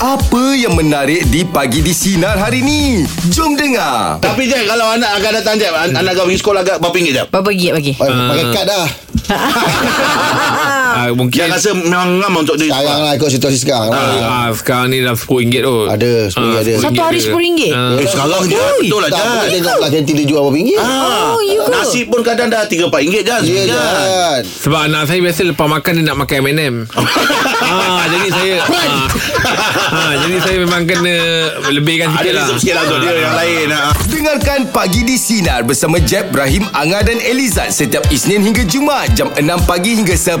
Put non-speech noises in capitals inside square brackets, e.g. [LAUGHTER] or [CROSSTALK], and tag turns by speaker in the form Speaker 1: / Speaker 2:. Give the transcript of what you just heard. Speaker 1: Apa yang menarik di pagi di sinar hari ni? Jom dengar.
Speaker 2: Tapi Jack kalau anak akan datang Jack an- Anak kau pergi sekolah agak berapa ringgit Jack?
Speaker 3: Berapa gig bagi?
Speaker 4: Oi, Pakai kad dah
Speaker 5: Ah,
Speaker 2: Yang
Speaker 5: mungkin
Speaker 2: rasa memang ngam untuk dia
Speaker 4: Sayang lah ikut situasi sekarang
Speaker 5: ah, sekarang ni dah RM10 kot.
Speaker 4: Ada, RM10 ada.
Speaker 3: Satu hari RM10?
Speaker 5: Ah.
Speaker 2: Eh sekarang je Betul lah Jack
Speaker 4: Tak apa kita tengok ah, lah Kantin dia jual berapa ringgit
Speaker 2: Ah,
Speaker 3: Oh, you ke?
Speaker 2: Nasi pun kadang dah RM3-4 ringgit Jack
Speaker 4: Ya
Speaker 2: Jack.
Speaker 4: kan
Speaker 5: Sebab anak saya biasa lepas makan dia nak makan
Speaker 4: [LAUGHS]
Speaker 5: M&M. ah, jadi saya ah, ah, jadi saya memang kena lebihkan
Speaker 2: Ada
Speaker 5: sikit lah.
Speaker 2: reserve sikit lah untuk dia yang lain ah.
Speaker 1: Dengarkan Pagi di Sinar bersama Jeb, Ibrahim, Anga dan Elizad setiap Isnin hingga Jumaat jam 6 pagi hingga 10